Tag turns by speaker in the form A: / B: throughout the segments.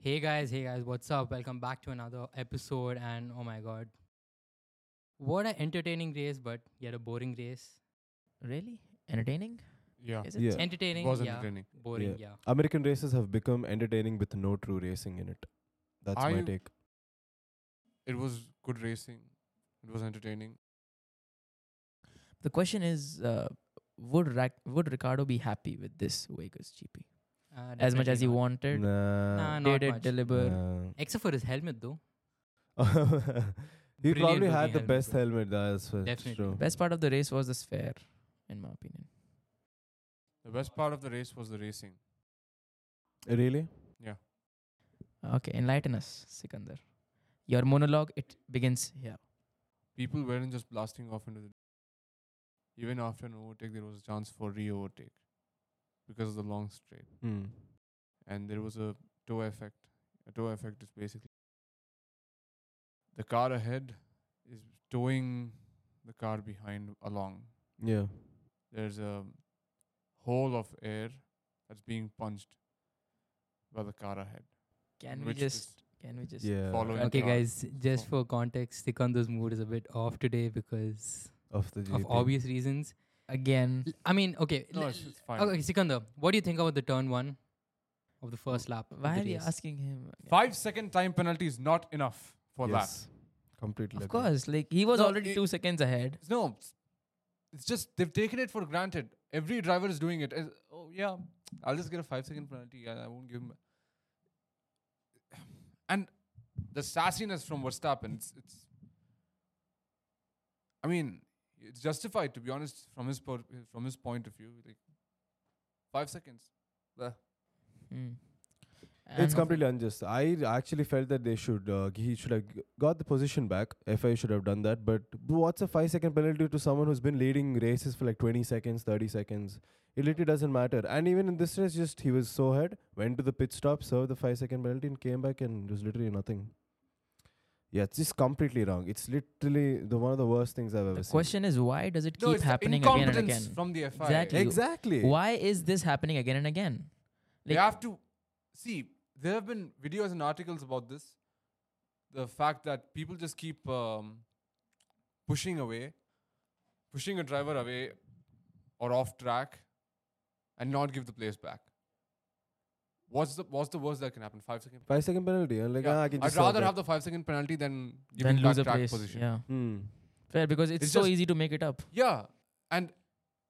A: Hey guys, hey guys, what's up? Welcome back to another episode. And oh my god, what an entertaining race, but yet a boring race.
B: Really? Entertaining?
C: Yeah.
B: Is it?
D: Yeah.
A: Entertaining,
C: was
A: yeah.
C: entertaining.
A: Boring, yeah.
D: Yeah. American races have become entertaining with no true racing in it. That's my
C: I-
D: take.
C: It was good racing. It was entertaining.
B: The question is, uh, would Rac- would Ricardo be happy with this Vegas GP
A: Uh,
B: as much as he
A: definitely not.
B: wanted?
A: Nah,
D: Nah.
A: not
B: Did it
A: much.
B: deliver?
A: Except for his helmet, though.
D: nah. he
A: Brilliant
D: probably
A: looking
D: had the
A: helmet,
D: best
A: though.
D: helmet. That's for
A: Definitely.
D: true.
B: Best part of the race was the sphere, in my opinion.
C: The best part of the race was the racing.
D: Really?
C: Yeah.
B: Okay, enlighten us, Sikandar. Your monologue it begins here.
C: People weren't just blasting off into the. Even after an overtake, there was a chance for re overtake because of the long straight.
D: Hmm.
C: And there was a toe effect. A toe effect is basically the car ahead is towing the car behind along.
D: Yeah.
C: there's a hole of air that's being punched by the car ahead.
B: Can we
C: which
B: just?
C: is
B: Can we just?
D: Yeah.
C: following
A: Okay,
C: the car
A: guys, just
C: So-
A: for context, Sikandar's mood is a bit off today because
D: Of the
A: of
D: GP.
A: obvious reasons.
B: Again,
A: L- I mean, okay.
C: No,
A: l-
C: it's, it's fine.
A: okay, Sikandar, what do you think about the turn one of the first lap? of
B: why
A: the
B: are you
A: race?
B: asking him?
C: Five second time penalty is not enough for
D: yes. Completely.
B: Of
D: agree.
B: course, like he was
C: No,
B: already
C: it-
B: two seconds ahead.
C: that. No, it's- it's just they've taken it for granted. Every driver is doing it. As, oh yeah, I'll just get a five second penalty. I, I won't give him. And the sassiness from Verstappen, it's, it's. I mean, it's justified to be honest from his po- from his point of view. Like five seconds. Bleh.
B: Hmm.
D: It's
B: And-
D: completely unjust. I actually felt that they should, uh, he should have g- got the position back. FI should have done that. But what's a five second penalty to someone who's been leading races for like 20 seconds, 30 seconds? It literally doesn't matter. And even in this race, just he was so ahead, went to the pit stop, served the five second penalty, and came back, and it was literally nothing. Yeah, it's just completely wrong. It's literally the one of the worst things I've ever
B: The
D: seen.
B: question is, why does it
C: No,
B: keep
C: it's the
B: happening again and
C: incompetence
B: again?
C: from the FI.
B: Exactly.
D: Exactly.
B: Why is this happening again and again?
C: They
B: Like-
C: have to see. There have been videos and articles about this. The fact that people just keep um, pushing away, pushing a driver away or off track, and not give the place back. What's the what's the worst that can happen? Five second.
D: Five second penalty. And like, ah, I can
C: I'd
D: just
C: rather have the five second penalty than
B: then
C: giving back
B: lose a
C: track
B: place.
C: position.
B: Yeah,
D: Hmm.
B: fair because it's,
C: It's
B: so
C: just-
B: easy to make it up.
C: Yeah, and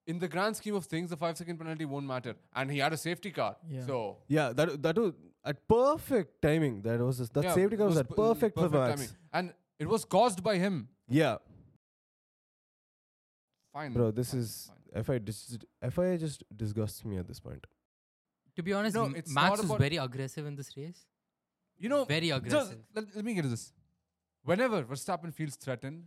C: in the grand scheme of things, the five second penalty won't matter. And he had a safety car,
B: Yeah.
C: so
D: Yeah, that that was at perfect timing. That was just, that
C: Yeah,
D: safety
C: it
D: car was,
C: was
D: at
C: p-
D: perfect, for Max.
C: timing. And it was caused by him.
D: Yeah,
C: Fine.
D: bro, this
C: fine,
D: is
C: fine.
D: FI. Dis- FI just disgusts me at this point.
A: To be honest,
C: No,
A: M-
C: it's
A: Max
C: not
A: was
C: about-
A: very aggressive in this race.
C: You know,
A: very
C: just-
A: aggressive.
C: let, let me get to this. Whenever Verstappen feels threatened,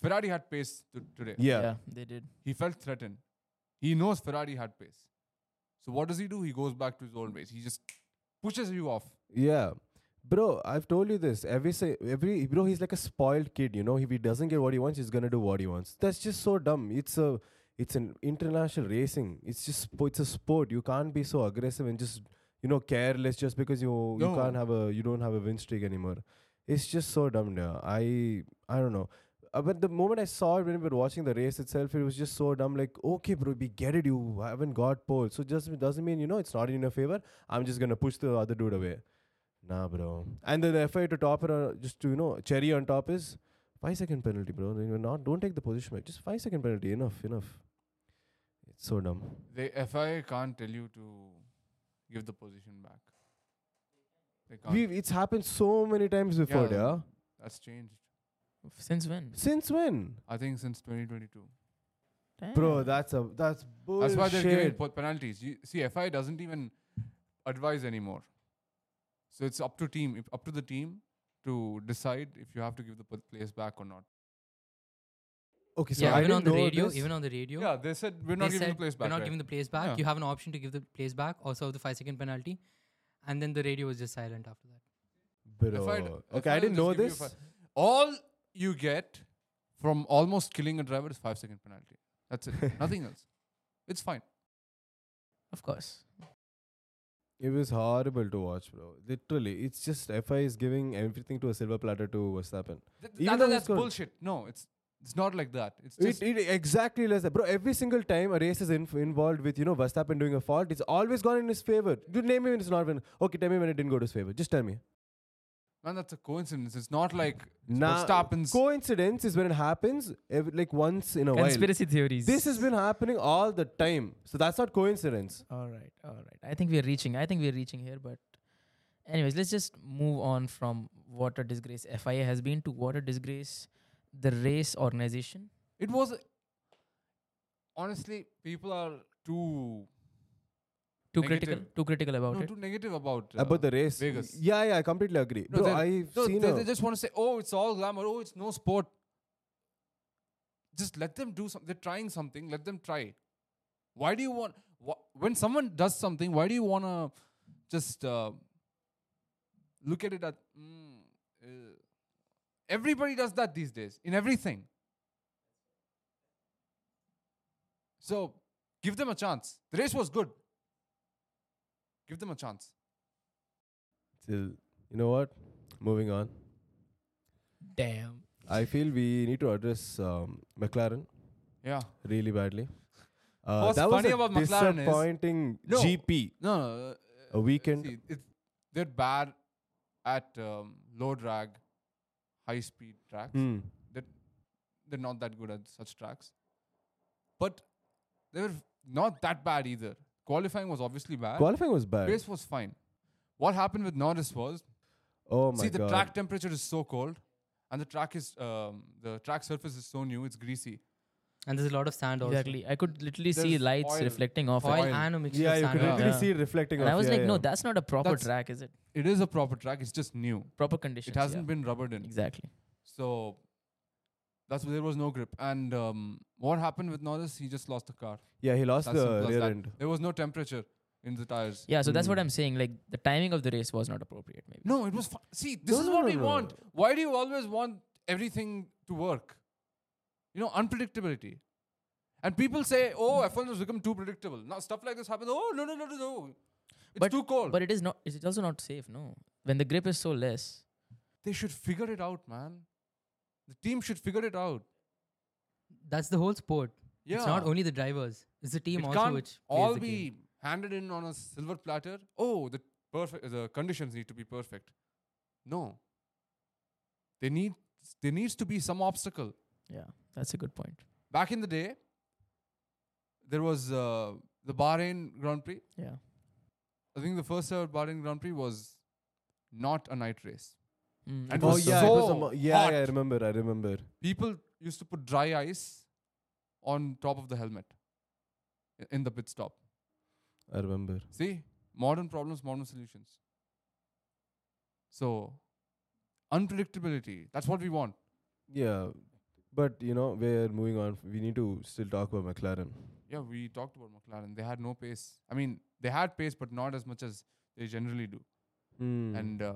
C: Ferrari had pace to, today.
D: Yeah,
B: they did.
C: He felt threatened. He knows Ferrari had pace. So what does he do? He goes back to his old ways. He just pushes you off.
D: yeah, bro. I've told you this. Every say every bro, he's like a spoiled kid. You know, if he doesn't get what he wants, he's gonna do what he wants. That's just so dumb. It's a it's an international racing. It's just sp- it's a sport. You can't be so aggressive and just you know careless just because you you
C: No.
D: can't have a you don't have a win streak anymore. It's just so dumb. Yeah. I I don't know. Uh, but the moment I saw it when we were watching the race itself, it was just so dumb. Like, okay, bro, we get it. You haven't got pole, so just it doesn't mean you know it's not in your favor. I'm just gonna push the other dude away. Nah, bro. And then the effort to top it, uh, just to you know, cherry on top is five second penalty, bro. Then You're not don't take the position back. Just five second penalty. Enough, enough. It's so dumb.
C: The FIA can't tell you to give the position back. They can't.
D: We've, e- it's happened so many times before, yeah.
C: Yeah. That's changed.
B: Since when?
D: Since when,
C: I think since 2022.
D: bro?
B: Damn.
D: That's a that's bullshit.
C: That's why they're giving po- penalties. You, see, FI doesn't even advise anymore. So it's up to team, if- up to the team to decide if you have to give the p- place back or not.
D: Okay, so
A: yeah,
D: I
A: even
D: didn't
A: on the
D: know
A: radio,
D: this.
A: even on the radio,
C: Yeah, they said we're
A: they
C: not giving the
A: said,
C: place back.
A: We're not
C: right?
A: giving the place back.
C: Yeah.
A: You have an option to give the place back or serve the five second penalty. And then the radio was just silent after that.
D: bro.
C: FI
D: okay, I
C: will
D: didn't
C: just
D: know
C: give you
D: this.
C: fi- All you get from almost killing a driver is five second penalty. That's it. Nothing else. It's fine.
B: of course.
D: It was horrible to watch, bro. Literally, it's just FI is giving everything to a silver platter to Verstappen.
C: Th-
D: Even
C: that-
D: though
C: that's
D: it's good.
C: bullshit. No, it's it's not like that. It's
D: It,
C: just
D: it exactly less that, bro. Every single time a race is inf- involved with you know Verstappen doing a fault, it's always gone in his favor. You name me when it's not been. Okay, tell me when it didn't go to his favor. Just tell me.
C: man, that's a coincidence. It's not like
D: Nah,
C: Verstappen's.
D: coincidence is when it happens, ev- like once in a while.
B: Conspiracy theories.
D: This has been happening all the time, so that's not coincidence.
B: All right, all right. I think we're reaching. I think we're reaching here, but anyways, let's just move on from what a disgrace FIA has been to what a disgrace the race organization.
C: it was honestly people are too
B: Too
C: Negative.
B: critical. Too critical about
C: no,
B: it.
C: too negative about
D: About Uh, the race,
C: Vegas.
D: Yeah, yeah, I completely agree,
C: No,
D: bro.
C: they're-
D: I've
C: No,
D: seen
C: they,
D: a-
C: they just want to say, oh, it's all glamour. Oh, it's no sport. Just let them do something. They're trying something. Let them try. Why do you want. Wh- when someone does something, why do you want to just uh, look at it at. Mm, uh, everybody does that these days in everything. So give them a chance. The race was good. Give them a chance.
D: Still, you know what? Moving on.
B: Damn.
D: I feel we need to address um, McLaren
C: Yeah.
D: really badly. Uh,
C: What's
D: that was
C: funny
D: a
C: about McLaren is-
D: disappointing
C: No.
D: GP.
C: No, no. uh,
D: A weekend.
C: See, it's, they're bad at um, low drag, high speed tracks.
D: Hmm.
C: They're, they're not that good at such tracks. But they were not that bad either. Qualifying was obviously bad.
D: Qualifying was bad.
C: Race was fine. What happened with Norris was
D: oh my
C: see the
D: god!
C: track temperature is so cold, and the track is um, the track surface is so new, it's greasy.
A: And there's a lot of sand also.
B: Exactly. I could literally see
C: There's
B: lights
C: oil.
B: reflecting off
A: Oil,
B: it.
C: Oil.
A: and a mixture
D: yeah,
A: of
D: you
A: sand.
D: could
A: and
C: Yeah.
A: oil.
D: literally see it reflecting.
B: And I
D: off.
B: was
D: Yeah,
B: like, no,
D: yeah.
B: that's not a proper
C: That's-
B: track, is it?
C: It is a proper track. It's just new.
B: Proper conditions.
C: It hasn't
B: yeah.
C: been rubbered in.
B: Exactly.
C: So that's why there was no grip. And um, what happened with Norris? He just lost the car.
D: Yeah, he lost
C: As simple
D: the
C: as
D: rear
C: that.
D: end.
C: There was no temperature in the tires.
B: Yeah, so that's what
D: Mm.
A: Hmm.
B: I'm saying. Like the timing of the race was not appropriate. Maybe.
C: No, it was. Fu- See, this
D: No,
C: is
D: no,
C: what
D: no,
C: we
D: no,
C: want.
D: no.
C: Why do you always want everything to work? You know, unpredictability. And people say, "Oh, F1 has become too predictable." Now stuff like this happens. Oh, no, no, no, no, no. It's
B: But-
C: too cold.
B: But it is not. It's also not safe. No. When the grip is so less.
C: they should figure it out, man. The team should figure it out.
A: That's the whole sport.
C: Yeah.
A: It's not only the drivers. It's the team
C: it
A: also
C: can't
A: which plays
C: all
A: the
C: be
A: game.
C: handed in on a silver platter. Oh, the perfect the conditions need to be perfect. No. They need there needs to be some obstacle.
B: Yeah, that's a good point.
C: Back in the day, there was uh, the Bahrain Grand Prix.
B: Yeah.
C: I think the first ever Bahrain Grand Prix was not a night race.
B: Mm,
C: And
B: it
D: oh
C: was
D: yeah, it was a
C: so
D: mo- yeah,
C: hot.
D: yeah, I remember, I remember.
C: People used to put dry ice on top of the helmet i- in the pit stop.
D: I remember.
C: See, modern problems, modern solutions. So, unpredictability. That's what we want.
D: Yeah, but you know, we're moving on. We need to still talk about McLaren.
C: Yeah, we talked about McLaren. They had no pace. I mean, they had pace, but not as much as they generally do.
D: Hmm.
C: And uh,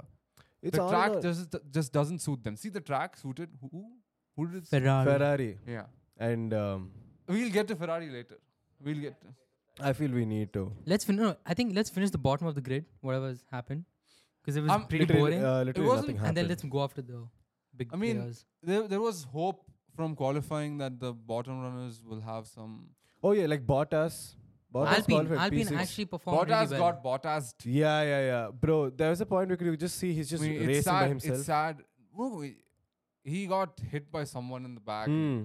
D: it's
C: the
D: all
C: track
D: about
C: just just doesn't suit them. See, the track suited who? Who did it? suit?
A: Ferrari.
D: Ferrari,
C: Yeah,
D: and um,
C: we'll get to Ferrari later. We'll get. To.
D: I feel we need to.
A: Let's fin- no, I think let's finish the bottom of the grid, whatever's happened. Because it was
C: Um,
A: pretty
D: Literally,
A: boring.
D: uh, literally
C: wasn't-
D: nothing
A: and
D: happened.
A: then let's go after the big
C: I mean,
A: players.
C: There, there was hope from qualifying that the bottom runners will have some.
D: oh yeah, like Bottas. Bottas
A: Alpine,
D: qualified
A: Alpine
D: P6.
A: actually performed
C: Bottas
A: really well.
C: got Bottas
D: Yeah, yeah, yeah, bro. There was a point where you just see he's just
C: I mean,
D: racing
C: it's sad,
D: by himself.
C: It's sad. No, he- he got hit by someone in the back.
D: Hmm.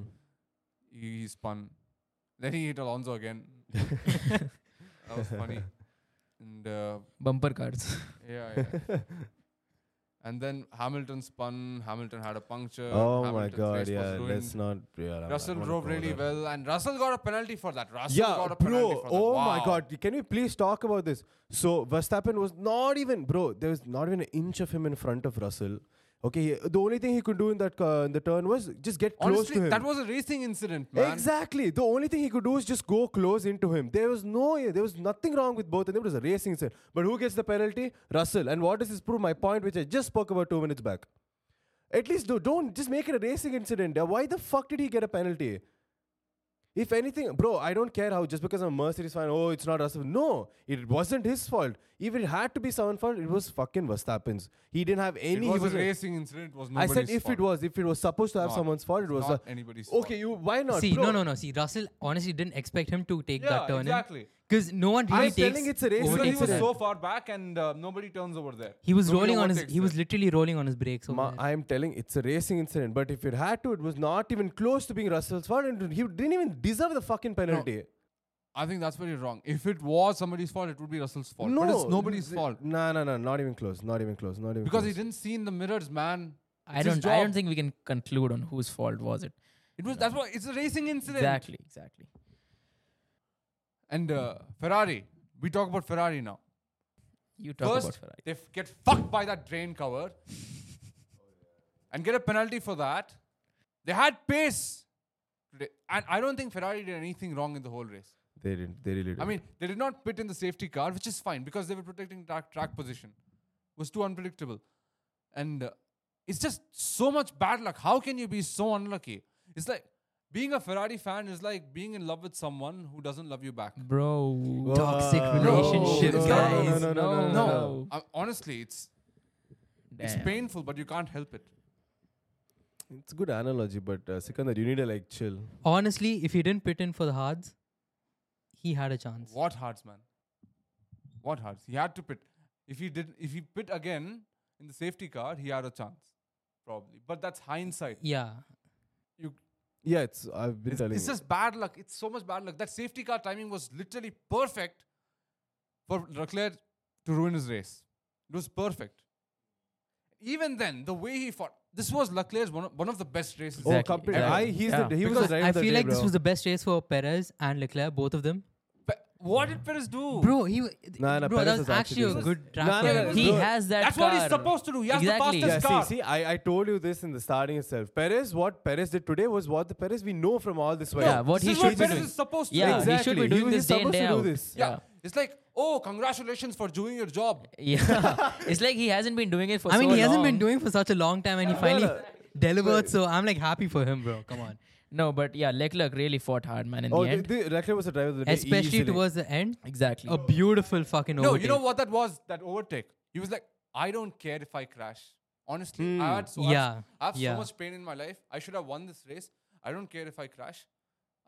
C: He, he spun. Then he hit Alonso again. that was funny. And uh,
B: bumper cars.
C: yeah, yeah. and then Hamilton spun. Hamilton had a puncture.
D: Oh my
C: Hamilton's
D: god,
C: race was
D: yeah.
C: ruined.
D: Let's not. Yeah, I'm- I
C: Russell
D: wanna
C: drove
D: go
C: really
D: there.
C: well, and Russell got a penalty for that. Russell got
D: yeah,
C: a penalty
D: bro.
C: for that.
D: Oh my
C: Wow.
D: god. Can we please talk about this? So Verstappen was not even, bro. There was not even an inch of him in front of Russell. Okay, he- the only thing he could do in that ca- in the turn was just get close
C: Honestly,
D: to him.
C: that was a racing incident, man.
D: Exactly. The only thing he could do is just go close into him. There was no, there was nothing wrong with both, and it was a racing set. But who gets the penalty? Russell. And what does this prove? My point, which I just spoke about two minutes back. At least do, don't just make it a racing incident. Uh, Why the fuck did he get a penalty? If anything, bro, I don't care how just because I'm a Mercedes fan, oh, it's not Russell. No, it wasn't his fault. If it had to be someone's fault, it was fucking Verstappen's. He didn't have any.
C: it
D: he
C: was, a
D: wasn't-
C: racing incident. It was
D: I
C: nobody's
D: said if it
C: fault.
D: was, if it was supposed to have
C: Not-
D: someone's fault, it was.
C: not
D: a-
C: anybody's fault.
D: okay, you why not?
A: See,
D: bro?
A: no, no, no. See, Russell honestly didn't expect him to take
C: Oh, Yeah,
A: that turn
C: exactly.
A: because no one really
D: I'm
A: takes.
D: telling it's a race,
C: Because
D: Overtake
C: he
A: overtakes
C: was
A: that.
C: so far back and uh, nobody turns over there.
A: He was
C: Nobody
A: rolling on his.
C: overtakes
A: He was
C: there.
A: literally rolling on his brakes. over
D: Ma-
A: there.
D: I'm telling it's a racing incident, but if it had to, it was not even close to being Russell's fault, and he didn't even deserve the fucking penalty.
C: I think that's very wrong. If it was somebody's fault, it would be Russell's fault.
D: No,
C: but it's nobody's
D: th-
C: fault
D: No, no, no, not even close. Not even close. Not even
C: because he
D: close.
C: didn't see in the mirrors, man.
B: I
C: It's his
B: don't. I don't
C: job.
B: think we can conclude on whose fault was it.
C: It was that's why it's a racing incident.
B: Exactly. Exactly.
C: And uh, Ferrari, we talk about Ferrari now.
B: You talk
C: First,
B: about Ferrari.
C: They f- get fucked by that drain cover and get a penalty for that. They had pace today, and I don't think Ferrari did anything wrong in the whole race.
D: They didn't. They really didn't.
C: I mean, they did not pit in the safety car, which is fine because they were protecting track, track position. It was too unpredictable. And uh, it's just so much bad luck. How can you be so unlucky? It's like being a Ferrari fan is like being in love with someone who doesn't love you back.
B: Bro.
A: Toxic
D: Whoa.
A: relationship,
D: no,
A: guys.
D: No, no, no, no, no,
C: No,
D: no.
C: uh, honestly, it's it's
B: Damn.
C: painful, but you can't help it.
D: It's a good analogy, but uh, Sikandar, you need to like chill.
A: Honestly, if he didn't pit in for the hards, he had a chance.
C: What hearts, man? What hearts? He had to pit. If he did, if he pit again in the safety car, he had a chance, probably. But that's hindsight.
A: Yeah,
C: You
D: Yeah, it's. I've been
C: It's,
D: telling
C: it's
D: you.
C: just bad luck. It's so much bad luck. That safety car timing was literally perfect for Leclerc to ruin his race. It was perfect. Even then, the way he fought, this was Leclerc's one of, one of the best races.
D: Oh,
B: Exactly,
D: complete.
B: exactly.
D: I, he's
B: Yeah.
D: the, he was the
A: because
D: driver
A: I
D: of the
A: feel
D: day,
A: like this
D: bro.
A: was the best race for Perez and Leclerc, both of them.
C: Pe- what did Perez do?
A: Bro, he w-
D: Nah, nah,
A: bro,
D: Perez
A: that was
D: is actually
A: actually a
D: good.
A: good
D: Nah,
A: track.
D: nah,
A: for
D: nah,
A: him.
D: nah,
B: He
D: no.
B: has that.
C: That's what he's
B: car.
C: supposed to do. He has the
B: exactly.
C: fastest
D: Yeah,
C: car.
D: see, see, I, I told you this in the starting itself. Perez, what Perez did today was what the Perez we know from all this.
B: Yeah,
D: while.
B: what
C: this
B: he
C: is what
B: should be
C: Perez
B: doing.
C: is supposed to
B: Yeah,
C: do.
D: Exactly.
B: he should be
D: He
B: doing
D: was
B: this day and
D: supposed
B: day
D: to do
B: out.
D: this.
C: Yeah. It's like, oh, congratulations for doing your job.
B: Yeah. it's like he hasn't been doing it for
A: I mean,
B: so
A: he hasn't been
B: long.
A: doing for such a long time, and he finally
D: no.
A: delivered. So I'm like happy for him, bro. Come on,
B: No, but yeah, Leclerc really fought hard, man, in
D: Oh,
B: the
D: the,
B: end.
D: the, Leclerc was the driver of the day.
A: especially
D: easily.
A: towards the end.
B: exactly.
A: A
D: Oh,
A: beautiful fucking
C: No,
A: overtake.
C: you know what that was? That overtake. He was like, I don't care if I crash. Honestly, I had so I
A: Yeah,
C: have, I have
A: yeah.
C: so much pain in my life. I should have won this race. I don't care if I crash.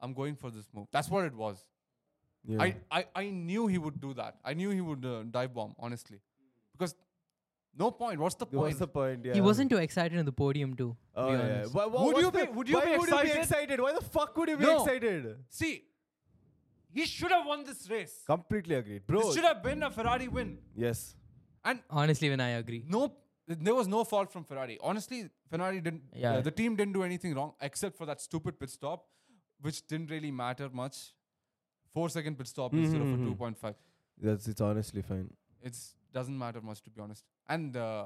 C: I'm going for this move. That's what it was.
D: Yeah.
C: I, I, I knew he would do that. I knew he would uh, dive bomb, honestly. Because no point. What's the point?
D: What's the point? Yeah.
A: He wasn't too excited in the podium too. to
D: Oh,
A: be
D: yeah.
A: honest.
D: Why, why,
C: Would you
D: what's
C: be-
D: the-
C: would you
D: why
C: be
D: would you be
C: excited?
D: excited? Why the fuck would you be
C: No.
D: excited?
C: See, he should have won this race.
D: Completely agreed, bro.
C: This should have been a Ferrari win.
D: yes.
C: And
A: Honestly, when I agree,
C: no, there was no fault from Ferrari. Honestly, Ferrari didn't.
B: Yeah.
C: uh, the team didn't do anything wrong except for that stupid pit stop, which didn't really matter much. Four second pit stop is zero for two point five.
D: That's it's honestly fine.
C: It's doesn't matter much to be honest. And uh,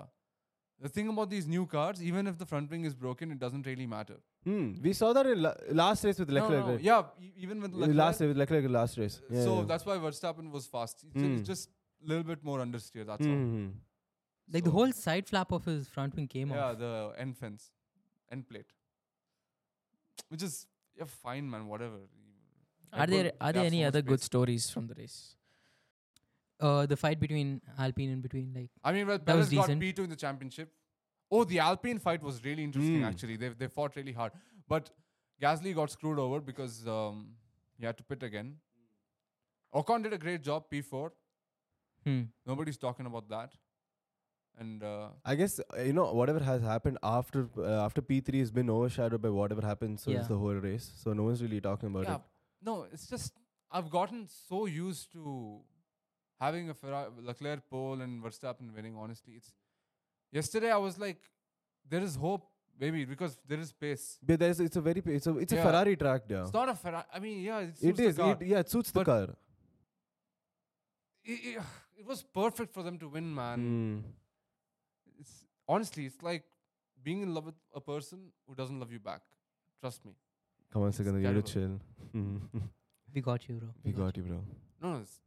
C: the thing about these new cars, even if the front wing is broken, it doesn't really matter.
D: Hmm. We saw that in la- last race with
C: No,
D: Leclerc.
C: no,
D: right?
C: yeah, e- even with
D: Uh,
C: Leclerc,
D: Last race with Leclerc, last race. Yeah,
C: so
D: yeah.
C: that's why Verstappen was fast. It's
D: Mm.
C: just a little bit more understeer. That's
D: Mhm.
A: like the
C: So-
A: whole side flap of his front wing came
C: all. Yeah,
A: off.
C: the end fence, end plate, which is yeah, fine, man. Whatever.
B: Are there are there any other good
C: stuff?
B: stories from the race?
A: Uh, the fight between Alpine in between, like
C: I mean, well,
A: That was
C: Perez got
A: decent.
C: P2 in the championship. Oh, the Alpine fight was really interesting,
D: Mm.
C: actually. They, they fought really hard. But Gasly got screwed over because um, he had to pit again. Ocon did a great job, P4.
A: hmm.
C: Nobody's talking about that. And uh,
D: I guess uh, you know whatever has happened after uh, after P three has been overshadowed by whatever happened since
A: Yeah.
D: the whole race. So no one's really talking about
C: yeah,
D: it.
C: no, it's just I've gotten so used to having a Ferrari, Leclerc pole and Verstappen winning. Honestly, it's yesterday I was like, there is hope, maybe because there is pace.
D: But there's it's a very p- it's a it's a
C: Yeah.
D: Ferrari track, yeah.
C: It's not a Ferrari. I mean, yeah, it's
D: It is. It, yeah, it suits the
C: But-
D: car.
C: it, it was perfect for them to win, man.
D: Mm.
C: It's honestly, it's like being in love with a person who doesn't love you back. Trust me.
D: Come on,
C: it's
D: second, you have to chill.
C: terrible.
D: Mm.
A: we got you, bro.
D: we got you, bro.
C: No, no, it's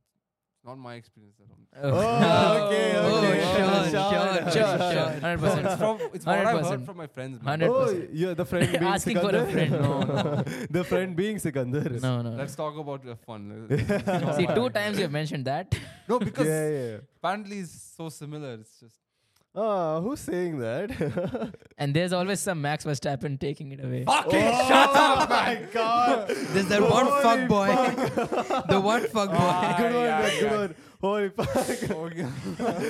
C: not my experience. I don't.
D: Oh, okay,
A: Oh,
D: okay.
A: sure,
D: Sean,
A: sure,
B: sure, sure, hundred
C: No, it's
B: percent.
C: from it's what I've heard
B: 100%.
C: from my friends. Man.
B: Hundred
D: Oh,
B: percent.
D: yeah, the friend being
B: Asking for a
D: Sikandar?
B: friend, no, no.
D: the friend being Sikandar.
B: No, no.
C: Let's talk about the fun.
B: no. See, two times you've mentioned that.
C: No, because
D: Yeah, yeah.
C: apparently it's so similar. It's just
D: Ah, who's saying that?
B: And there's always some Max Verstappen taking it away.
C: fucking
D: Oh
C: shut up, man.
D: my god.
A: There's that one
D: Holy Ah.
A: fuck boy. the one fuck boy.
D: good one,
C: yeah,
D: man,
C: yeah.
D: good one. Holy fuck.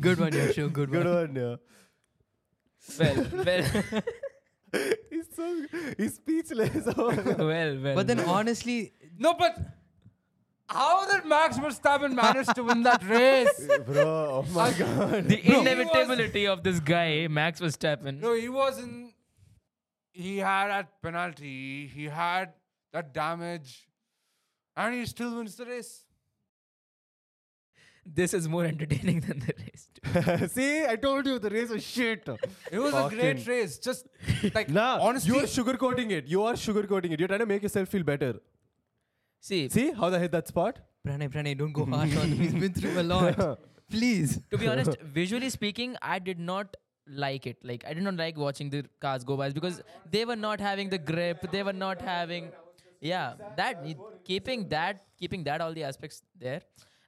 A: good one, Yashu. Good one.
D: Good one, yeah.
B: well, well,
D: He's so he's speechless. Oh my God.
B: well, well.
A: But then
B: well.
A: honestly,
C: No, but how did Max Verstappen manage to win that race?
D: Bro, oh my god.
B: the
C: Bro.
B: inevitability of this guy, Max Verstappen.
C: No, he wasn't. He had that penalty. He had that damage, and he still wins the race.
B: This is more entertaining than the rest.
D: See, I told you the race was shit.
C: It was a great
D: Fucking-
C: race. Just like
D: Nah,
C: honestly,
D: you're sugarcoating it. You are sugarcoating it. You're trying to make yourself feel better.
B: See,
D: See how they hit that spot?
A: Pranay, Pranay, don't go hard on him. He's been through a lot. Please.
B: to be honest, visually speaking, I did not like it. Like I did not like watching the cars go by because they were not having the grip. They were not having, yeah, that keeping that keeping that all the aspects there,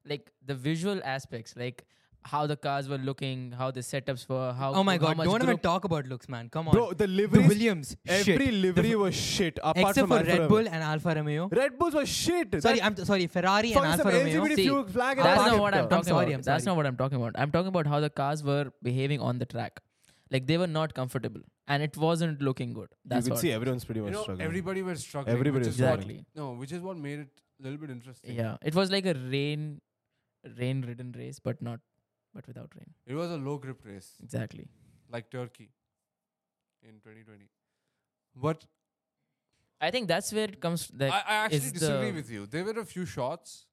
B: like the visual aspects, like how the cars were looking, how the setups were, how
A: Oh my
B: how
A: god,
B: much
A: don't even
B: grip-
A: talk about looks, man. Come on.
D: Bro, the liveries.
A: the Williams.
D: every
A: shit.
D: livery
A: The-
D: was shit. Apart
A: Except
D: from
A: for
D: Alfa
A: Red
D: Romeo.
A: Bull and Alfa Romeo.
D: Red Bulls was shit.
A: Sorry,
D: That
A: I'm t- sorry, Ferrari and
D: fucking
A: Alfa
D: some
A: Romeo.
D: LGBT
B: See,
D: fuel flag and
B: That's
D: all
B: not
D: that
B: what
D: shit.
B: I'm
A: I'm
B: talking
A: sorry,
B: about.
A: I'm
B: That's
A: sorry.
B: not what I'm talking about. I'm talking about how the cars were behaving on the track. Like they were not comfortable and it wasn't looking good.
D: You
B: That's
D: could
B: all.
D: see everyone's pretty
C: you
D: much
C: know,
D: struggling.
C: everybody was struggling. which
D: Everybody
C: is
D: was
C: what-
B: Exactly.
C: no, which is what made it a little bit interesting.
B: Yeah. It was like a rain rain ridden race, but not but without rain.
C: It was a low grip race,
B: Exactly.
C: like Turkey in 2020. But
B: I think that's where it comes that
C: I, I actually
B: is the-
C: disagree with you. There were a few shots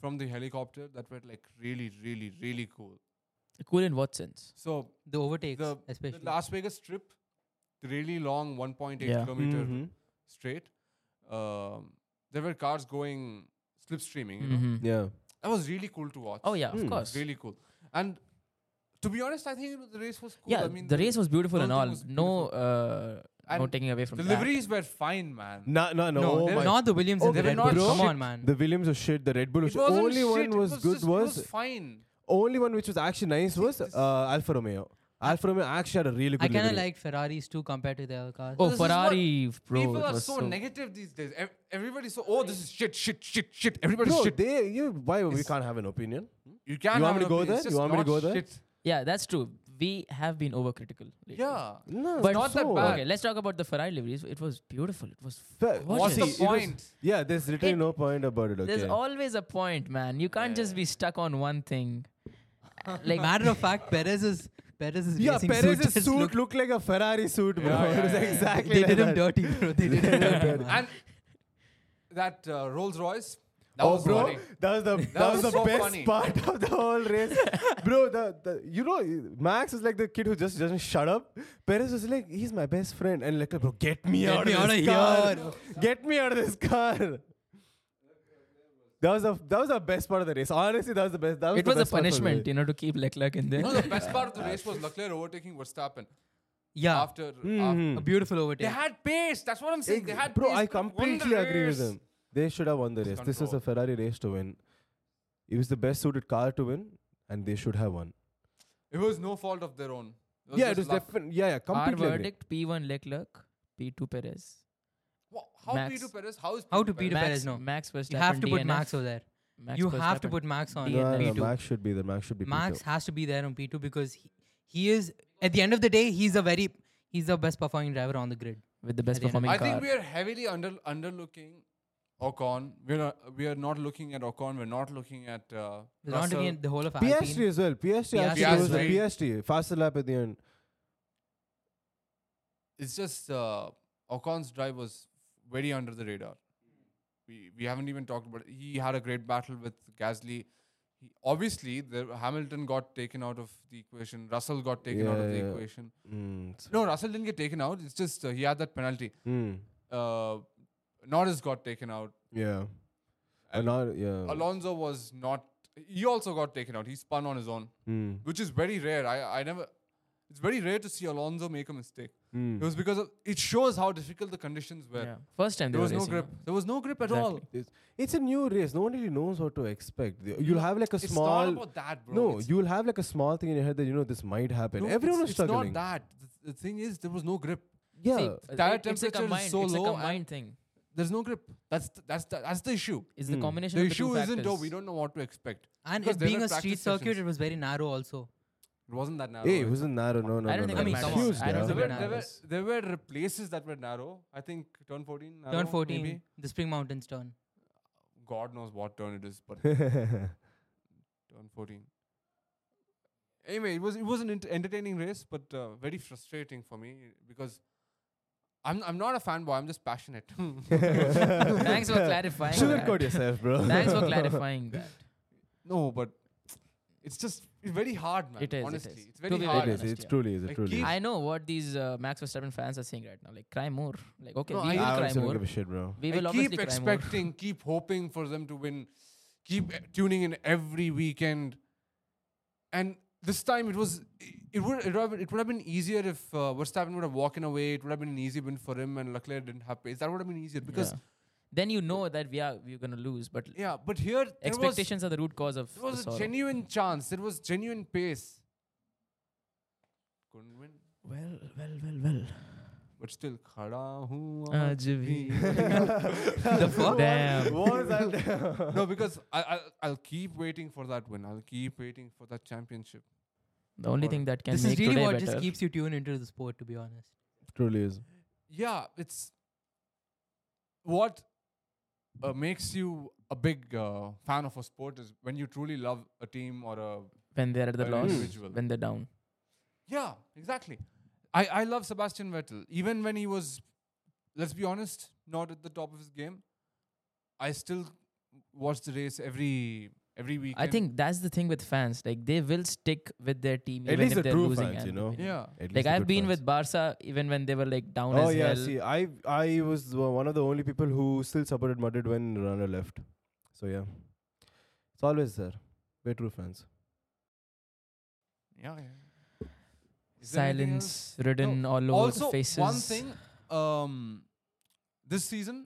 C: from the helicopter that were like really, really, really cool.
B: cool in what sense?
C: So
A: The overtakes,
C: the, the
A: especially.
C: Las Vegas Strip, the really long 1.8
B: Yeah.
C: kilometer
D: Mhm.
C: straight. Um, there were cars going slipstreaming. You know?
B: Mhm.
D: Yeah.
C: That was really cool to watch.
B: Oh yeah,
D: Hmm.
B: of course.
C: really cool. And to be honest, I think the race was cool.
B: Yeah,
C: I mean,
B: the race was beautiful
C: whole
B: and
C: thing
B: all.
C: was
B: No uh no
C: And
B: taking away from
C: the
B: that.
C: liveries were fine, man.
D: No, no, no.
A: no,
D: oh
C: they
D: my
C: were
A: not the Williams and
D: Okay,
A: the Red
C: they're not
A: Bull. Come
C: shit.
A: on, man.
D: The Williams was shit. The Red Bull was
C: It
D: shit.
C: wasn't
D: Only
C: shit,
D: one
C: it
D: was, good
C: just-
D: was,
C: it was fine.
D: only one which was actually nice was
C: this-
D: uh, Alfa Romeo. Alfa Romeo actually had a really good.
A: I kind of
D: livery.
A: liked Ferraris too compared to the other cars.
B: Oh
C: This is what
B: Ferrari bro.
C: People
B: it
C: are
B: was
C: so, negative these days. Ev- Everybody's so oh, this is shit, shit, shit, shit. Everybody's
D: No,
C: shit.
D: they you why we can't have an opinion.
C: you can't.
D: You want
C: have an
D: me to go
C: opinion,
D: there?
C: it's
D: You
C: just
D: want me to
C: not
D: go there?
C: shit.
B: Yeah, that's true. We have been overcritical. lately.
C: Yeah.
D: No,
B: But
C: not that
D: so-
C: bad.
B: Okay, let's talk about the Ferrari liveries. It was beautiful. It was.
D: Fa-
C: What's
B: Gorgeous.
C: the
D: See, it was-
C: point?
D: Yeah, there's literally
B: It-
D: no point about it. Okay.
B: There's always a point, man. You can't just be stuck on one thing.
A: like matter of fact, Perez's Perez's
D: yeah,
A: racing
D: Perez's
A: suit,
D: suit,
A: just looked-
D: looked, like a Ferrari suit, bro.
C: Yeah,
D: it was
C: yeah, yeah.
D: exactly.
A: they
D: like
A: did him
D: that.
A: dirty, bro. They did him dirty. man.
C: And that uh, Rolls Royce. That
D: Oh,
C: was
D: bro,
C: funny.
D: that was the that,
C: was
D: was, the
C: so
D: best
C: funny.
D: part of the whole race, bro. The, the you know Max is like the kid who just doesn't shut up. Perez was like he's my best friend, and like bro, get me
A: Get
D: out
A: me
D: of
A: out
D: this
A: of
D: car,
A: here.
D: get me out of this car. That was the that was the best part of the race. Honestly, that was the best. That was
B: it
D: the
B: was a
D: best part of the
B: punishment,
D: race.
B: you know, to keep Leclerc in there.
C: No, the best part of the race was Leclerc overtaking Verstappen
B: Ah.
A: yeah,
C: after.
D: Mhm.
C: after
A: a beautiful
C: they
A: overtake.
C: had pace. That's what I'm saying. They
D: Ex-
C: had
D: bro,
C: pace
D: I
C: to win the
D: completely agree with
C: race.
D: them. They should have won the race.
C: Just
D: This was a Ferrari race to win. It was the best suited car to win, and they should have won.
C: It was no fault of their own.
D: yeah,
C: just
D: it was
C: luck.
D: definitely yeah, yeah,
B: Our
D: completely. agree.
B: verdict: P1 Leclerc, P2 Perez.
C: Wha- How
B: Max.
C: P2 Perez? How is
A: How to
C: Perez?
A: P2 Perez,
B: Max,
A: no.
B: Max Verstappen.
A: You have to put
B: DNF.
A: Max over there.
B: Max
A: You have to
B: Verstappen.
A: put Max on.
B: Yeah,
D: No, no,
B: P2.
D: Max should be there. Max should be
A: Max
D: P2.
A: has to be there on P2 because he, he is at the end of the day he's a very he's the best performing driver on the grid.
B: with the best
A: At the end of
B: performing
C: I
B: car.
C: think we are heavily under underlooking Ocon. We're not, we are not looking at Ocon. We're not looking at uh,
A: We're not looking at the whole of
D: PSG
A: Alpine.
D: as well. PSG actually
A: Piastri.
D: was the
C: Piastri.
D: PSG faster lap at the end.
C: It's just uh, Ocon's drive was very under the radar. We we haven't even talked about. It. He had a great battle with Gasly. He, obviously, the Hamilton got taken out of the equation. Russell got taken out of the
D: Yeah, yeah.
C: equation.
D: Mm, it's-
C: No, Russell didn't get taken out. It's just uh, he had that penalty.
D: mm,
C: Uh, Norris got taken out.
D: yeah.
C: And
D: Alon- yeah.
C: Alonso was not. he also got taken out. He spun on his own,
D: Mm.
C: which is very rare. I, I never. It's very rare to see Alonso make a mistake.
D: hmm.
C: It was because of, it shows how difficult the conditions were.
B: Yeah. First time
C: There was
B: were
C: no
B: racing,
C: grip. There was no grip at
B: Exactly.
C: all.
D: It's, it's a new race. No one really knows what to expect. The- You'll have like a
C: It's
D: small.
C: not about that, bro.
D: no,
C: It's-
D: you'll have like a small thing in your head that you know this might happen.
C: no,
D: Everyone
C: it's-
D: was struggling.
C: It's not that. The, the thing is, there was no grip.
D: Yeah,
B: See,
C: The
B: uh,
C: tire
B: it- it's a
C: temperature is
B: combined,
C: so
B: it's
C: low
B: a
C: and-
B: combined thing.
C: There's no grip. That's th- that's the, that's the issue.
B: It's the
D: Mm.
B: combination
C: The
B: of the two
C: issue isn't oh
B: factors.
C: we don't know what to expect.
A: And
C: Because
A: it
C: there
A: being
C: were
A: a street
C: practice
A: circuit,
C: sessions.
A: it was very narrow also.
C: It wasn't that narrow.
D: Hey, it wasn't narrow. eh? No, no,
B: I don't
D: no,
B: think
D: no.
A: it
D: It's
A: matters.
D: huge,
B: I don't
D: yeah.
C: there,
B: think
C: were,
B: it
C: there, were,
A: narrows.
C: there were places that were narrow. I think turn 14. Narrow,
A: Turn 14,
C: Maybe.
A: the Spring Mountains turn.
C: God knows what turn it is, but turn 14. Anyway, it was it was an ent- entertaining race, but uh, very frustrating for me because I'm I'm not a fanboy. I'm just passionate.
B: Thanks for clarifying. that.
D: Sugarcoat yourself, bro.
B: Thanks for clarifying that.
C: no, but it's just it's very hard, man.
B: It is, it
C: honestly,
B: is.
C: it's very
B: To be
C: hard.
D: It is.
B: honest,
D: It's
B: yeah.
D: truly is. It
C: Like,
D: truly
C: keep-
D: is.
B: I know what these uh, Max Verstappen fans are saying right now. Like, cry more. Like, okay,
C: No,
B: we
C: I-
B: will
D: I
B: cry
D: honestly don't
B: more.
D: give a shit, bro.
B: We will
C: I
B: obviously
C: keep
B: cry more.
C: expecting, keep hoping for them to win, keep uh, tuning in every weekend. And this time it was, it would it would have, it would have been easier if uh, Verstappen would have walked away. It would have been an easy win for him, and Leclerc didn't have pace. That would have been easier because
B: Yeah. then you know that we are we're gonna lose. But
C: yeah, but here there was, there
B: expectations are the root cause of the
C: was a
B: sorrow.
C: genuine chance. There was genuine pace. Couldn't win,
B: well, well, well, well.
C: but still khada hu
B: आज
A: The fuck?
B: Damn.
D: What was that?
C: No, because I, I I'll keep waiting for that win. I'll keep waiting for that championship.
B: The only
C: Or-
B: thing that can
A: this
B: make
A: is really
B: today
A: what
B: better.
A: just keeps you tuned into the sport, to be honest.
D: Truly is.
C: yeah, it's what uh, makes you a big uh, fan of a sport is when you truly love a team or a
B: when they're at the
C: an
B: loss,
C: individual.
B: when they're down.
C: yeah, exactly. I I love Sebastian Vettel even when he was, let's be honest, not at the top of his game. I still watch the race every every week.
B: I think that's the thing with fans. Like they will stick with their team
D: At
B: even
D: least
B: if
D: the
B: they're
D: true
B: losing.
D: fans,
B: and
D: you know?
B: winning.
C: yeah,
D: At least
B: Like
D: the
B: I've
D: good
B: been
D: ones.
B: with Barca even when they were like down
D: Oh
B: as
D: yeah,
B: well.
D: see, I I was uh, one of the only people who still supported Madrid when Ronaldo left. So yeah, it's always there. We're true fans.
C: yeah, yeah. Is there anything else?
B: Silence ridden all over
C: also,
B: the faces.
C: one thing, um, this season,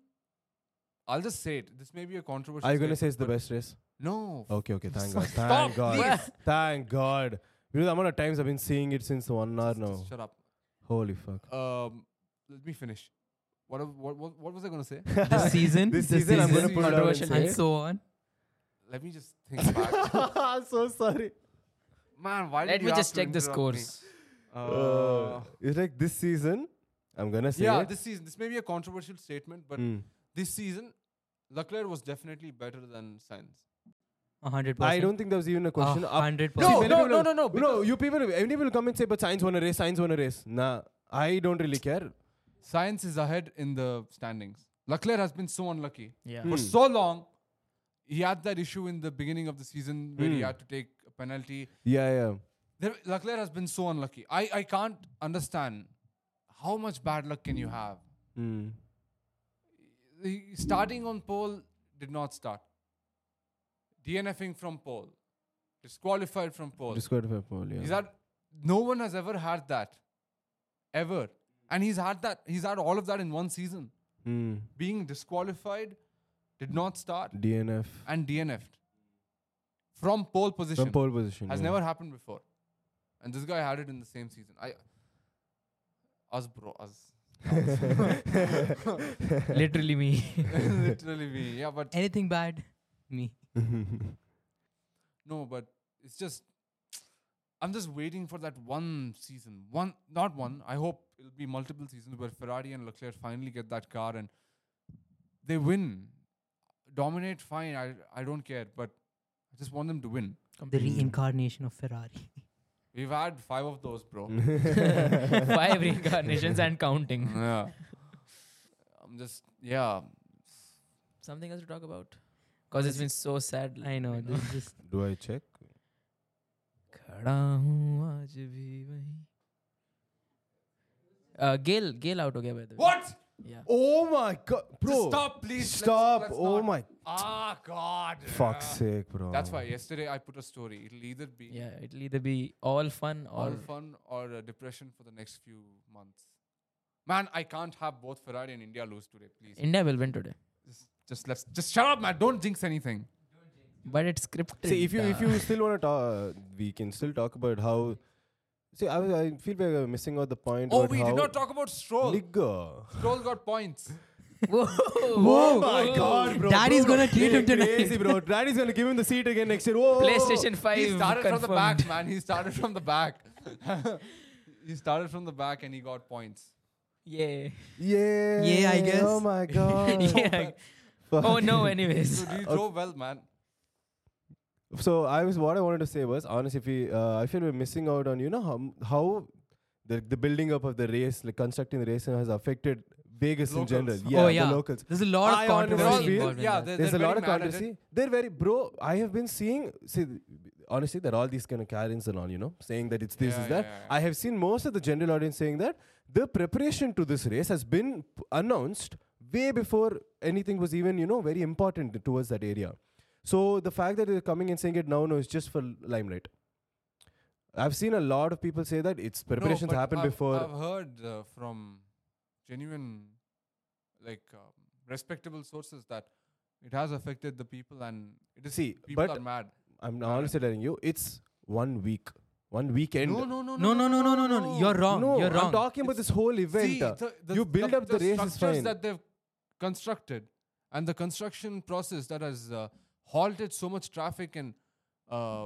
C: I'll just say it. This may be a controversial.
D: Are you gonna say
C: statement,
D: it's the
C: but
D: best Oh, race?
C: No.
D: Okay, okay, thank
C: Stop,
D: God, thank God,
C: please.
D: thank God. You know the amount of times I've been seeing it since one hour
C: Just- just
D: now.
C: Shut up.
D: Holy fuck.
C: Um, let me finish. What, a- what what what was I gonna say?
B: This season,
D: this
B: this
D: season, I'm
B: season
D: gonna put it out and
B: controversial
D: say
A: And
D: it.
A: so on.
C: Let me just think back.
D: I'm so sorry.
C: Man, why?
B: Let
C: did
B: me
C: you
B: just
C: have to
B: check the
C: interrupt me?
B: scores.
C: Uh,
D: it's like this season. I'm gonna say
C: yeah,
D: it.
C: this season. This may be a controversial statement, but
D: Mm.
C: this season, Leclerc was definitely better than Sainz.
A: 100%.
D: I don't think there was even a
C: Ah,
D: question. Up
A: 100%.
C: No, no,
D: many people
C: no,
D: will-
C: no, no,
D: No,
C: because-
D: you people, anybody will come and say, but science won a race, science won a race. Nah, I don't really care.
C: Sainz is ahead in the standings. Leclerc has been so unlucky.
B: Yeah.
D: Hmm.
C: for so long. He had that issue in the beginning of the season where he
D: Mm.
C: had to take a penalty.
D: Yeah, yeah.
C: There, Leclerc has been so unlucky. I, I can't understand how much bad luck can you have.
D: Mm.
C: He- starting on pole did not start. DNFing from pole, disqualified from pole.
D: Disqualified Paul, yeah.
C: He's had no one has ever had that, ever, and he's had that. He's had all of that in one season.
D: mm.
C: Being disqualified, did not start.
D: DNF.
C: and DNF'd from pole position.
D: From pole position.
C: Has
D: yeah.
C: never happened before. And this guy had it in the same season. I us bro, us.
B: Literally me.
C: Literally me. Yeah, but
A: Anything bad? Me.
C: no, but it's just I'm just waiting for that one season. One not one. I hope it'll be multiple seasons where Ferrari and Leclerc finally get that car and they win. Dominate fine. I I don't care, but I just want them to win.
A: The reincarnation of Ferrari.
C: We've had five of those, bro.
B: Five reincarnations and counting.
C: yeah. I'm just yeah.
B: Something else to talk about? Because it's been so sad.
A: I know. This is just
D: Do I check?
B: खड़ा हूँ आज भी वहीं। Uh, Gail, Gail out हो गया by the way.
C: What?
B: Yeah.
D: Oh my god, bro!
C: Just stop, please. Let's-
D: Stop!
C: let's
D: oh
C: not-
D: my
C: Ah, God.
D: fuck's sake, bro!
C: That's why yesterday I put a story. It'll either be
B: Yeah, it'll either be all fun or
C: all fun or uh, depression for the next few months. Man, I can't have both Ferrari and India lose today, please.
B: India will win today.
C: just, just let's just shut up, man. Don't jinx anything.
B: But it's scripted.
D: See, if you if
B: uh,
D: you still want to talk, we can still talk about how. See, I, was- I feel like we're missing out the point.
C: Oh,
D: about
C: we
D: how
C: did not talk about Stroll.
D: Nigga.
C: Stroll got points.
B: Whoa.
D: Oh my god, bro!
A: Daddy's
D: Bro,
A: gonna treat him
D: you're
A: tonight.
D: Crazy, bro! Daddy's gonna give him the seat again next year. Whoa!
B: PlayStation 5
C: he started
B: confirmed.
C: from the back, man. He started from the back. he started from the back and he got points.
B: Yeah.
D: Yeah.
A: Yeah, I guess.
D: Oh my god.
B: yeah.
D: Fuck.
B: Oh no. Anyways.
C: Dude, he drove well, man.
D: So I was what I wanted to say was honestly, if we, uh, I feel we're missing out on you know how m- how the the building up of the race, like constructing the race, has affected Vegas
C: Locals.
D: in general.
C: Oh,
D: Yeah,
A: oh yeah,
D: the locals.
A: there's a lot
D: I
A: of
D: honestly
A: controversy
D: feel-
A: involved. in
C: yeah,
A: that.
C: they're-
D: There's a
C: very
D: lot of
C: mad at it.
D: controversy. They're very bro. I have been seeing. See, th- honestly, they're all these kind of Karens and all. You know, saying that it's this,
C: Yeah,
D: is that.
C: yeah, yeah.
D: I have seen most of the general audience saying that the preparation to this race has been p- announced way before anything was even you know very important towards that area. So the fact that they're coming and saying it now, no, it's just for limelight. I've seen a lot of people say that it's
C: No,
D: preparations
C: but
D: happened
C: I've,
D: before.
C: I've heard uh, from genuine, like um, respectable sources that it has affected the people and it is
D: See,
C: people
D: but
C: are mad.
D: I'm honestly telling you, it's one week, one weekend.
C: No, no, no,
A: No, no, no, no, no, no, no. You're wrong.
D: No,
A: You're
D: I'm
A: wrong.
D: talking about this whole event.
C: See,
D: uh,
C: the, the
D: you build
C: struc-
D: up the race is
C: structures
D: fine.
C: that they've constructed and the construction process that has uh, halted so much traffic and uh,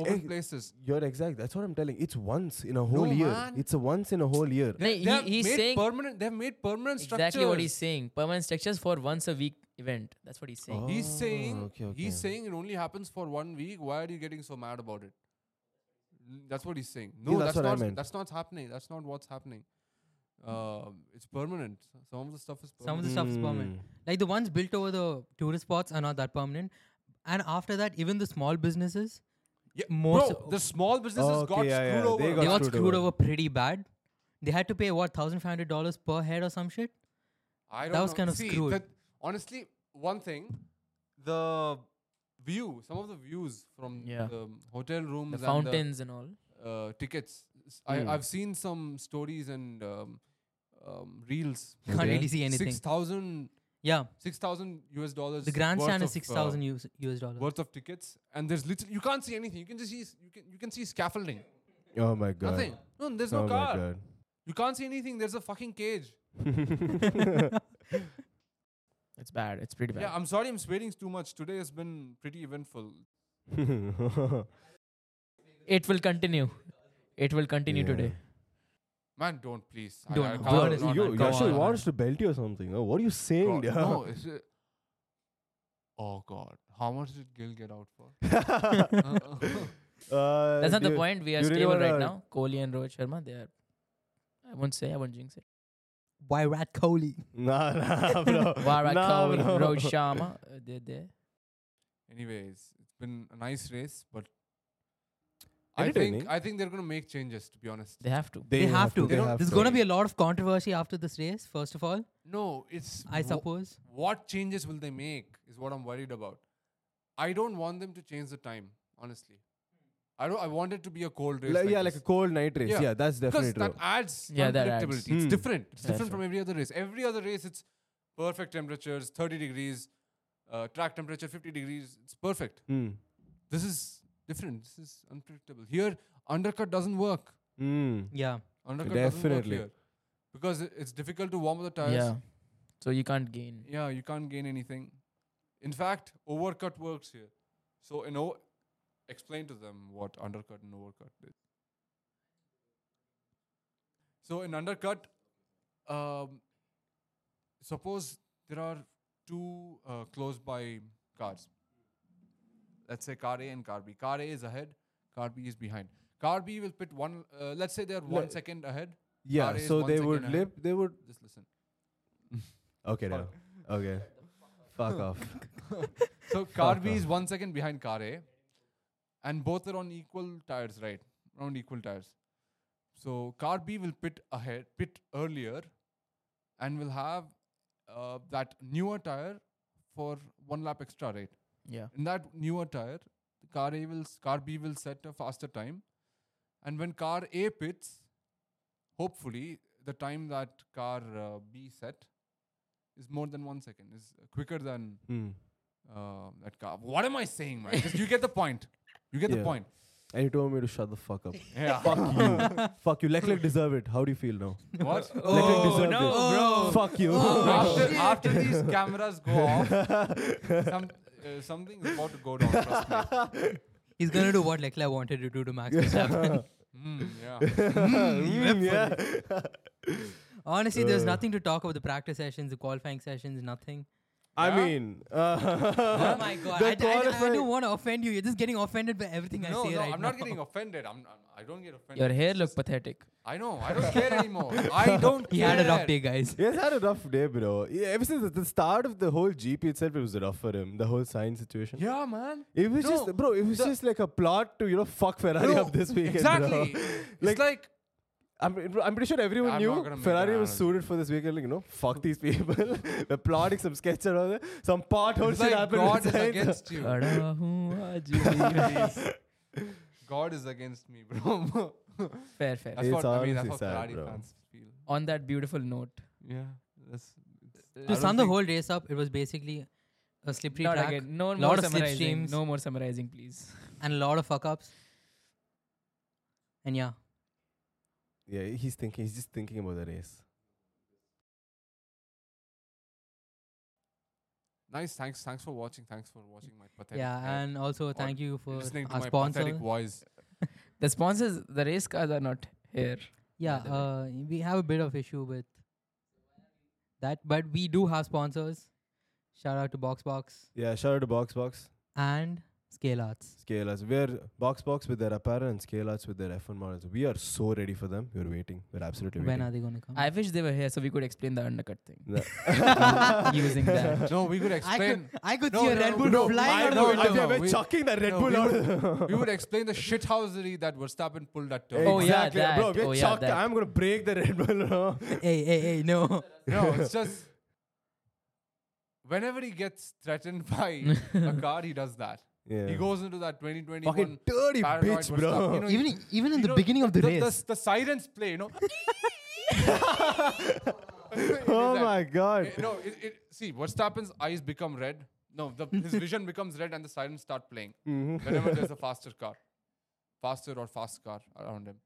C: open
D: Eh,
C: places.
D: You're exact. That's what I'm telling. It's once in a whole year.
C: man.
D: It's a once in a whole year.
B: No, he-
C: They've
B: he's
C: made
B: saying
C: permanent. They've made permanent structures.
B: exactly what he's saying. Permanent structures for once a week event. That's what he's saying.
D: Oh.
C: He's saying
D: okay,
C: he's
D: okay.
C: saying it only happens for one week. Why are you getting so mad about it? Mm, That's what he's saying. No,
D: that's
C: that's,
D: what I
C: not.
D: meant.
C: That's not happening. That's not what's happening. Um it's permanent. Some of the stuff is permanent.
A: Some of the stuff is permanent. Like the ones built over the tourist spots are not that permanent, and after that, even the small businesses,
C: Yeah,
A: most
C: bro, the small businesses got
D: Okay, yeah,
C: screwed
D: yeah,
C: over.
D: they
A: they got
D: screwed
A: screwed,
D: over.
A: over pretty bad. They had to pay what thousand five hundred dollars per head or some shit.
C: I don't
A: That was
C: know.
A: kind of
C: See,
A: screwed.
C: that- honestly, one thing, the view, some of the views from
B: Yeah.
C: the hotel rooms,
B: The
C: and
B: fountains and all.
C: uh, tickets. S- I,
D: Hmm.
C: I've seen some stories and um, um, reels.
A: Can't
D: Okay.
A: really see anything.
C: Six thousand,
A: yeah,
C: six thousand US dollars.
A: the grandstand
C: worth
A: is
C: of,
A: six
C: uh,
A: thousand US, US dollars.
C: worth of tickets, and there's literally you can't see anything. You can just see s- you can you can see scaffolding.
D: Oh my god.
C: Nothing. No, there's
D: oh
C: no car.
D: my god.
C: You can't see anything. There's a fucking cage.
B: It's bad. It's pretty bad.
C: Yeah, I'm sorry, I'm swearing too much. Today has been pretty eventful.
B: It will continue. It will continue
D: Yeah.
B: today.
C: Man, don't please.
A: Don't.
C: I, I
A: Don't.
C: can't-
A: Honest-
C: no,
A: not-
D: you,
A: not-
D: you actually
A: God.
D: wants to belt you or something. Oh, what are you saying?
C: God,
D: yeah?
C: no, it's a- oh god, how much did Gil get out for?
D: Uh,
B: That's not
D: do
B: the
D: you-
B: point. We are
D: you really
B: stable
D: wanna-
B: right now. Kohli and Rohit Sharma, they are. I won't say. I won't jinx it.
A: Why Rat Kohli?
D: Nah, nah, bro.
B: Vara
D: nah,
B: Kohli,
D: bro.
B: Rohit Sharma, uh, they're there.
C: Anyways, it's been a nice race, but I think
D: Entertaining.
C: I think they're gonna make changes. To be honest,
B: They have to.
A: They, have, to.
D: They
C: don't-
D: have
A: There's
D: to.
A: gonna be a lot of controversy after this race. First of all,
C: no, it's
A: I
C: wha-
A: suppose.
C: what changes will they make is what I'm worried about. I don't want them to change the time. Honestly, I don't. I want it to be a cold race.
D: Like-
C: like
D: yeah, like a
C: this.
D: cold night race. Yeah,
C: Yeah,
D: that's
C: because
D: definitely
C: that
D: true.
C: adds
B: Yeah, that adds.
C: unpredictability. It's
D: Hmm.
C: different. It's
B: That's
C: different
B: right.
C: from every other race. Every other race, it's perfect temperatures, 30 degrees, uh, track temperature 50 degrees. It's perfect.
D: Hmm.
C: This is different. This is unpredictable. Here, undercut doesn't work.
D: Hmm.
A: Yeah,
C: Undercut
D: Definitely.
C: doesn't work here because i- it's difficult to warm up the tires.
B: Yeah. So you can't gain.
C: Yeah, you can't gain anything. In fact, overcut works here. So you know, explain to them what undercut and overcut is. So in undercut, um, suppose there are two uh, close by cars. Let's say car A and car B. Car A is ahead, car B is behind. Car B will pit one. Uh, let's say they're one
D: Le-
C: second ahead.
D: Yeah,
C: Car is
D: so
C: once
D: they
C: again
D: would
C: ahead.
D: lip. They would.
C: Just listen.
D: Okay, now. Okay. Fuck off.
C: So car
D: Fuck
C: B
D: off.
C: is one second behind car A, and both are on equal tires, right? Around equal tires. So car B will pit ahead, pit earlier, and will have uh, that newer tire for one lap extra, right?
B: Yeah.
C: In that newer tire, the car A will s- car B will set a faster time, and when car A pits, hopefully the time that car uh, B set is more than one second, is quicker than
D: Hmm.
C: uh, that car. What am I saying, man? Just you get the point. You get the
D: Yeah.
C: point.
D: And you told me to shut the fuck up.
C: Yeah.
D: fuck you. fuck you. Leclerc deserve it. How do you feel now?
C: what?
D: Leclerc deserved
B: no,
D: it.
C: Oh.
B: bro.
D: Fuck you. Oh,
C: after, after these cameras go off, some, uh, something is about to go down. Trust me.
A: He's gonna do what Leclerc wanted to do to Max Verstappen.
C: Mm, yeah.
D: Mm, yeah.
A: Honestly, there's
C: Uh.
A: nothing to talk about the practice sessions, the qualifying sessions, nothing.
D: I
C: Yeah.
D: mean, uh,
A: oh my god,
D: the
A: I, d- I d- I
D: qualifying-
A: don't want to offend you. You're just getting offended by everything I
C: No,
A: say
C: no,
A: right
C: I'm
A: now.
C: not getting offended. I'm, I'm, I don't get offended.
B: Your hair look pathetic.
C: I know. I don't care anymore. I don't
A: He
C: care.
A: had a rough day, guys.
D: he has had a rough day, bro. Yeah, ever since the- the start of the whole GP itself, it was rough for him. The whole science situation.
C: Yeah, man.
D: It was
C: No,
D: just, bro. It was
C: the-
D: just like a plot to you know fuck Ferrari
C: No,
D: up this weekend. Bro.
C: Exactly.
D: Like-
C: it's like,
D: I'm, I'm pretty sure everyone
C: I'm not
D: knew
C: gonna make
D: Ferrari
C: an
D: was
C: analogy.
D: suited for this weekend. Like, you know, fuck these people. They're plotting some sketch and all that. Some pothole
C: it's
D: shit
C: like
D: happened.
C: God
D: with
C: is
D: science.
C: against you. God is against me, bro.
B: fair, fair.
C: that's
D: It's
C: what I mean. That's
D: honestly
C: what
D: sad,
C: Ferrari
D: bro.
C: fans feel.
B: On that beautiful note,
C: Yeah. That's, I
A: To
C: don't
A: sum the
C: think-
A: whole race up, it was basically a slippery
B: not
A: track
B: again. No
A: lot
B: more
A: of
B: summarizing.
A: slipstreams.
B: No more summarizing, please.
A: and a lot of fuck ups. And yeah,
D: Yeah, he's thinking. He's just thinking about the race.
C: Nice. Thanks. Thanks for watching. Thanks for watching my pathetic.
A: yeah,
C: hair.
A: and also thank you for
C: listening to
A: our
C: my
A: sponsor.
C: pathetic voice.
B: The sponsors, the race cars are not here.
A: Yeah,
B: by the way.
A: uh, we have a bit of issue with that, but we do have sponsors. Shout out to BoxBox
D: Yeah, shout out to Box Box
A: and Scale Arts.
D: Scale Arts. We're Box Box with their apparel and Scale Arts with their F1 models. We are so ready for them. We're waiting. We're absolutely
A: When
D: waiting.
A: are they gonna come?
B: I wish they were here so we could explain the undercut thing.
D: No.
B: Using that.
C: No, we could
A: I could,
C: explain.
A: I could
C: No,
A: see a
C: no,
A: Red
C: no,
A: Bull
C: no,
A: flying
C: I
A: out
C: know,
A: the
C: I
A: window.
C: know.
D: we're
C: we-
D: chucking that Red
C: no,
D: Bull
C: we
D: out.
C: we would explain the shithousery that Verstappen pulled at turn.
B: Oh, yeah,
D: Exactly.
B: that.
D: bro. We're
B: Oh, yeah,
D: chucked.
B: that.
D: I'm gonna break the Red Bull. no.
A: hey, hey, hey, no.
C: No, it's just whenever he gets threatened by a car, he does that.
D: yeah.
C: He goes into that 2021
D: Fucking dirty
C: paranoid
D: bitch,
C: Verstappen.
D: bro.
C: You know,
A: Even
C: you-
A: i- even in
C: you
A: the
C: know,
A: beginning of the
C: the,
A: race.
C: the, the sirens play, you know.
D: oh my god.
C: Eh, No, it, it, see, Verstappen's eyes become red. No, the, his vision becomes red and the sirens start playing whenever there's a faster car. Faster or fast car around him.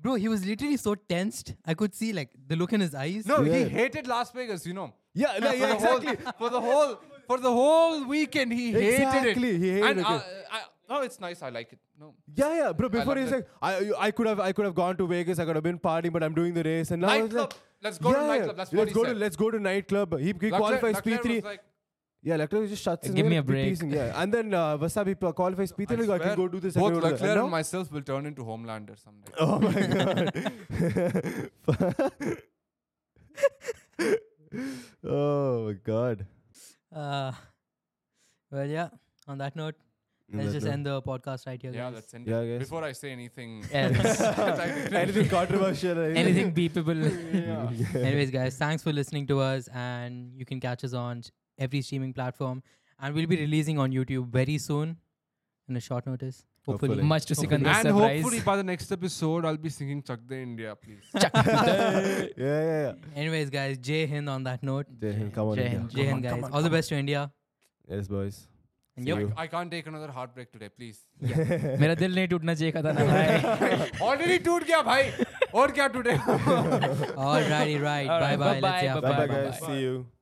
A: Bro, he was literally so tensed. I could see like the look in his eyes.
C: No, he
D: Yeah.
C: hated Las Vegas, you know.
D: Yeah, no,
C: for
D: yeah,
C: the whole-
D: exactly.
C: for the whole for the whole weekend he hated it.
D: Exactly, he hated
C: and
D: it.
C: I, I, oh, it's nice. I like it. No,
D: Yeah, yeah, bro. Before
C: love
D: he's
C: that.
D: like, I, you- I could have, I could have gone to Vegas. I could have been partying, but I'm doing the race. And now it's
C: Nightclub.
D: like,
C: Let's go to nightclub. That's what
D: let's
C: he
D: go
C: said.
D: to, let's go to nightclub. He, he
C: Leclerc-
D: qualifies P
C: Leclerc
D: three.
C: was like,
D: yeah, Leclerc just shuts. his
B: Give me
D: mouth,
B: a
D: keep
B: break.
D: teasing, yeah, and then uh, Wasabi p- qualifies P
C: I
D: three. I
C: swear,
D: can go do this. I
C: Both
D: can go do that.
C: Leclerc
D: And
C: and
D: now-
C: myself will turn into Homelander someday.
D: Oh my god. oh my god.
A: Uh, well, yeah. On that note, let's just end the podcast right here.
C: yeah,
A: guys.
C: let's end
D: Yeah,
C: it.
D: guys.
C: Before I say anything,
B: Else.
C: that I regret.
D: Anything controversial?
B: Anything beepable.
C: Yeah.
A: Anyways, guys, thanks for listening to us, and you can catch us on s- every streaming platform, and we'll be releasing on YouTube very soon, in a short notice, hopefully.
D: Hopefully.
B: Much to
A: Hopefully.
B: Sikandar's
C: And
B: surprise.
C: hopefully by the next episode, I'll be singing Chak De India, please.
D: yeah, yeah, yeah.
A: Anyways, guys, Jai Hind. On that note,
D: Jai Hind, come on,
B: Jai
D: India.
B: Hind.
A: Jai
B: Come
A: Hind,
B: on,
A: guys.
B: come on,
A: All the best to India.
D: Yes, boys.
A: And
D: See
A: yep.
D: you.
C: I can't take another heartbreak today, please.
B: मेरा दिल नहीं टूटना चाहिए था ना भाई
C: Already toot gaya, bhai. Or kya today?
A: All righty, right.
B: All
A: Bye bye.
B: right,
A: Let's
B: bye-bye,
A: see ya.
B: Bye,
D: Bye, bye,
B: bye,
D: guys.
B: bye.
D: See you.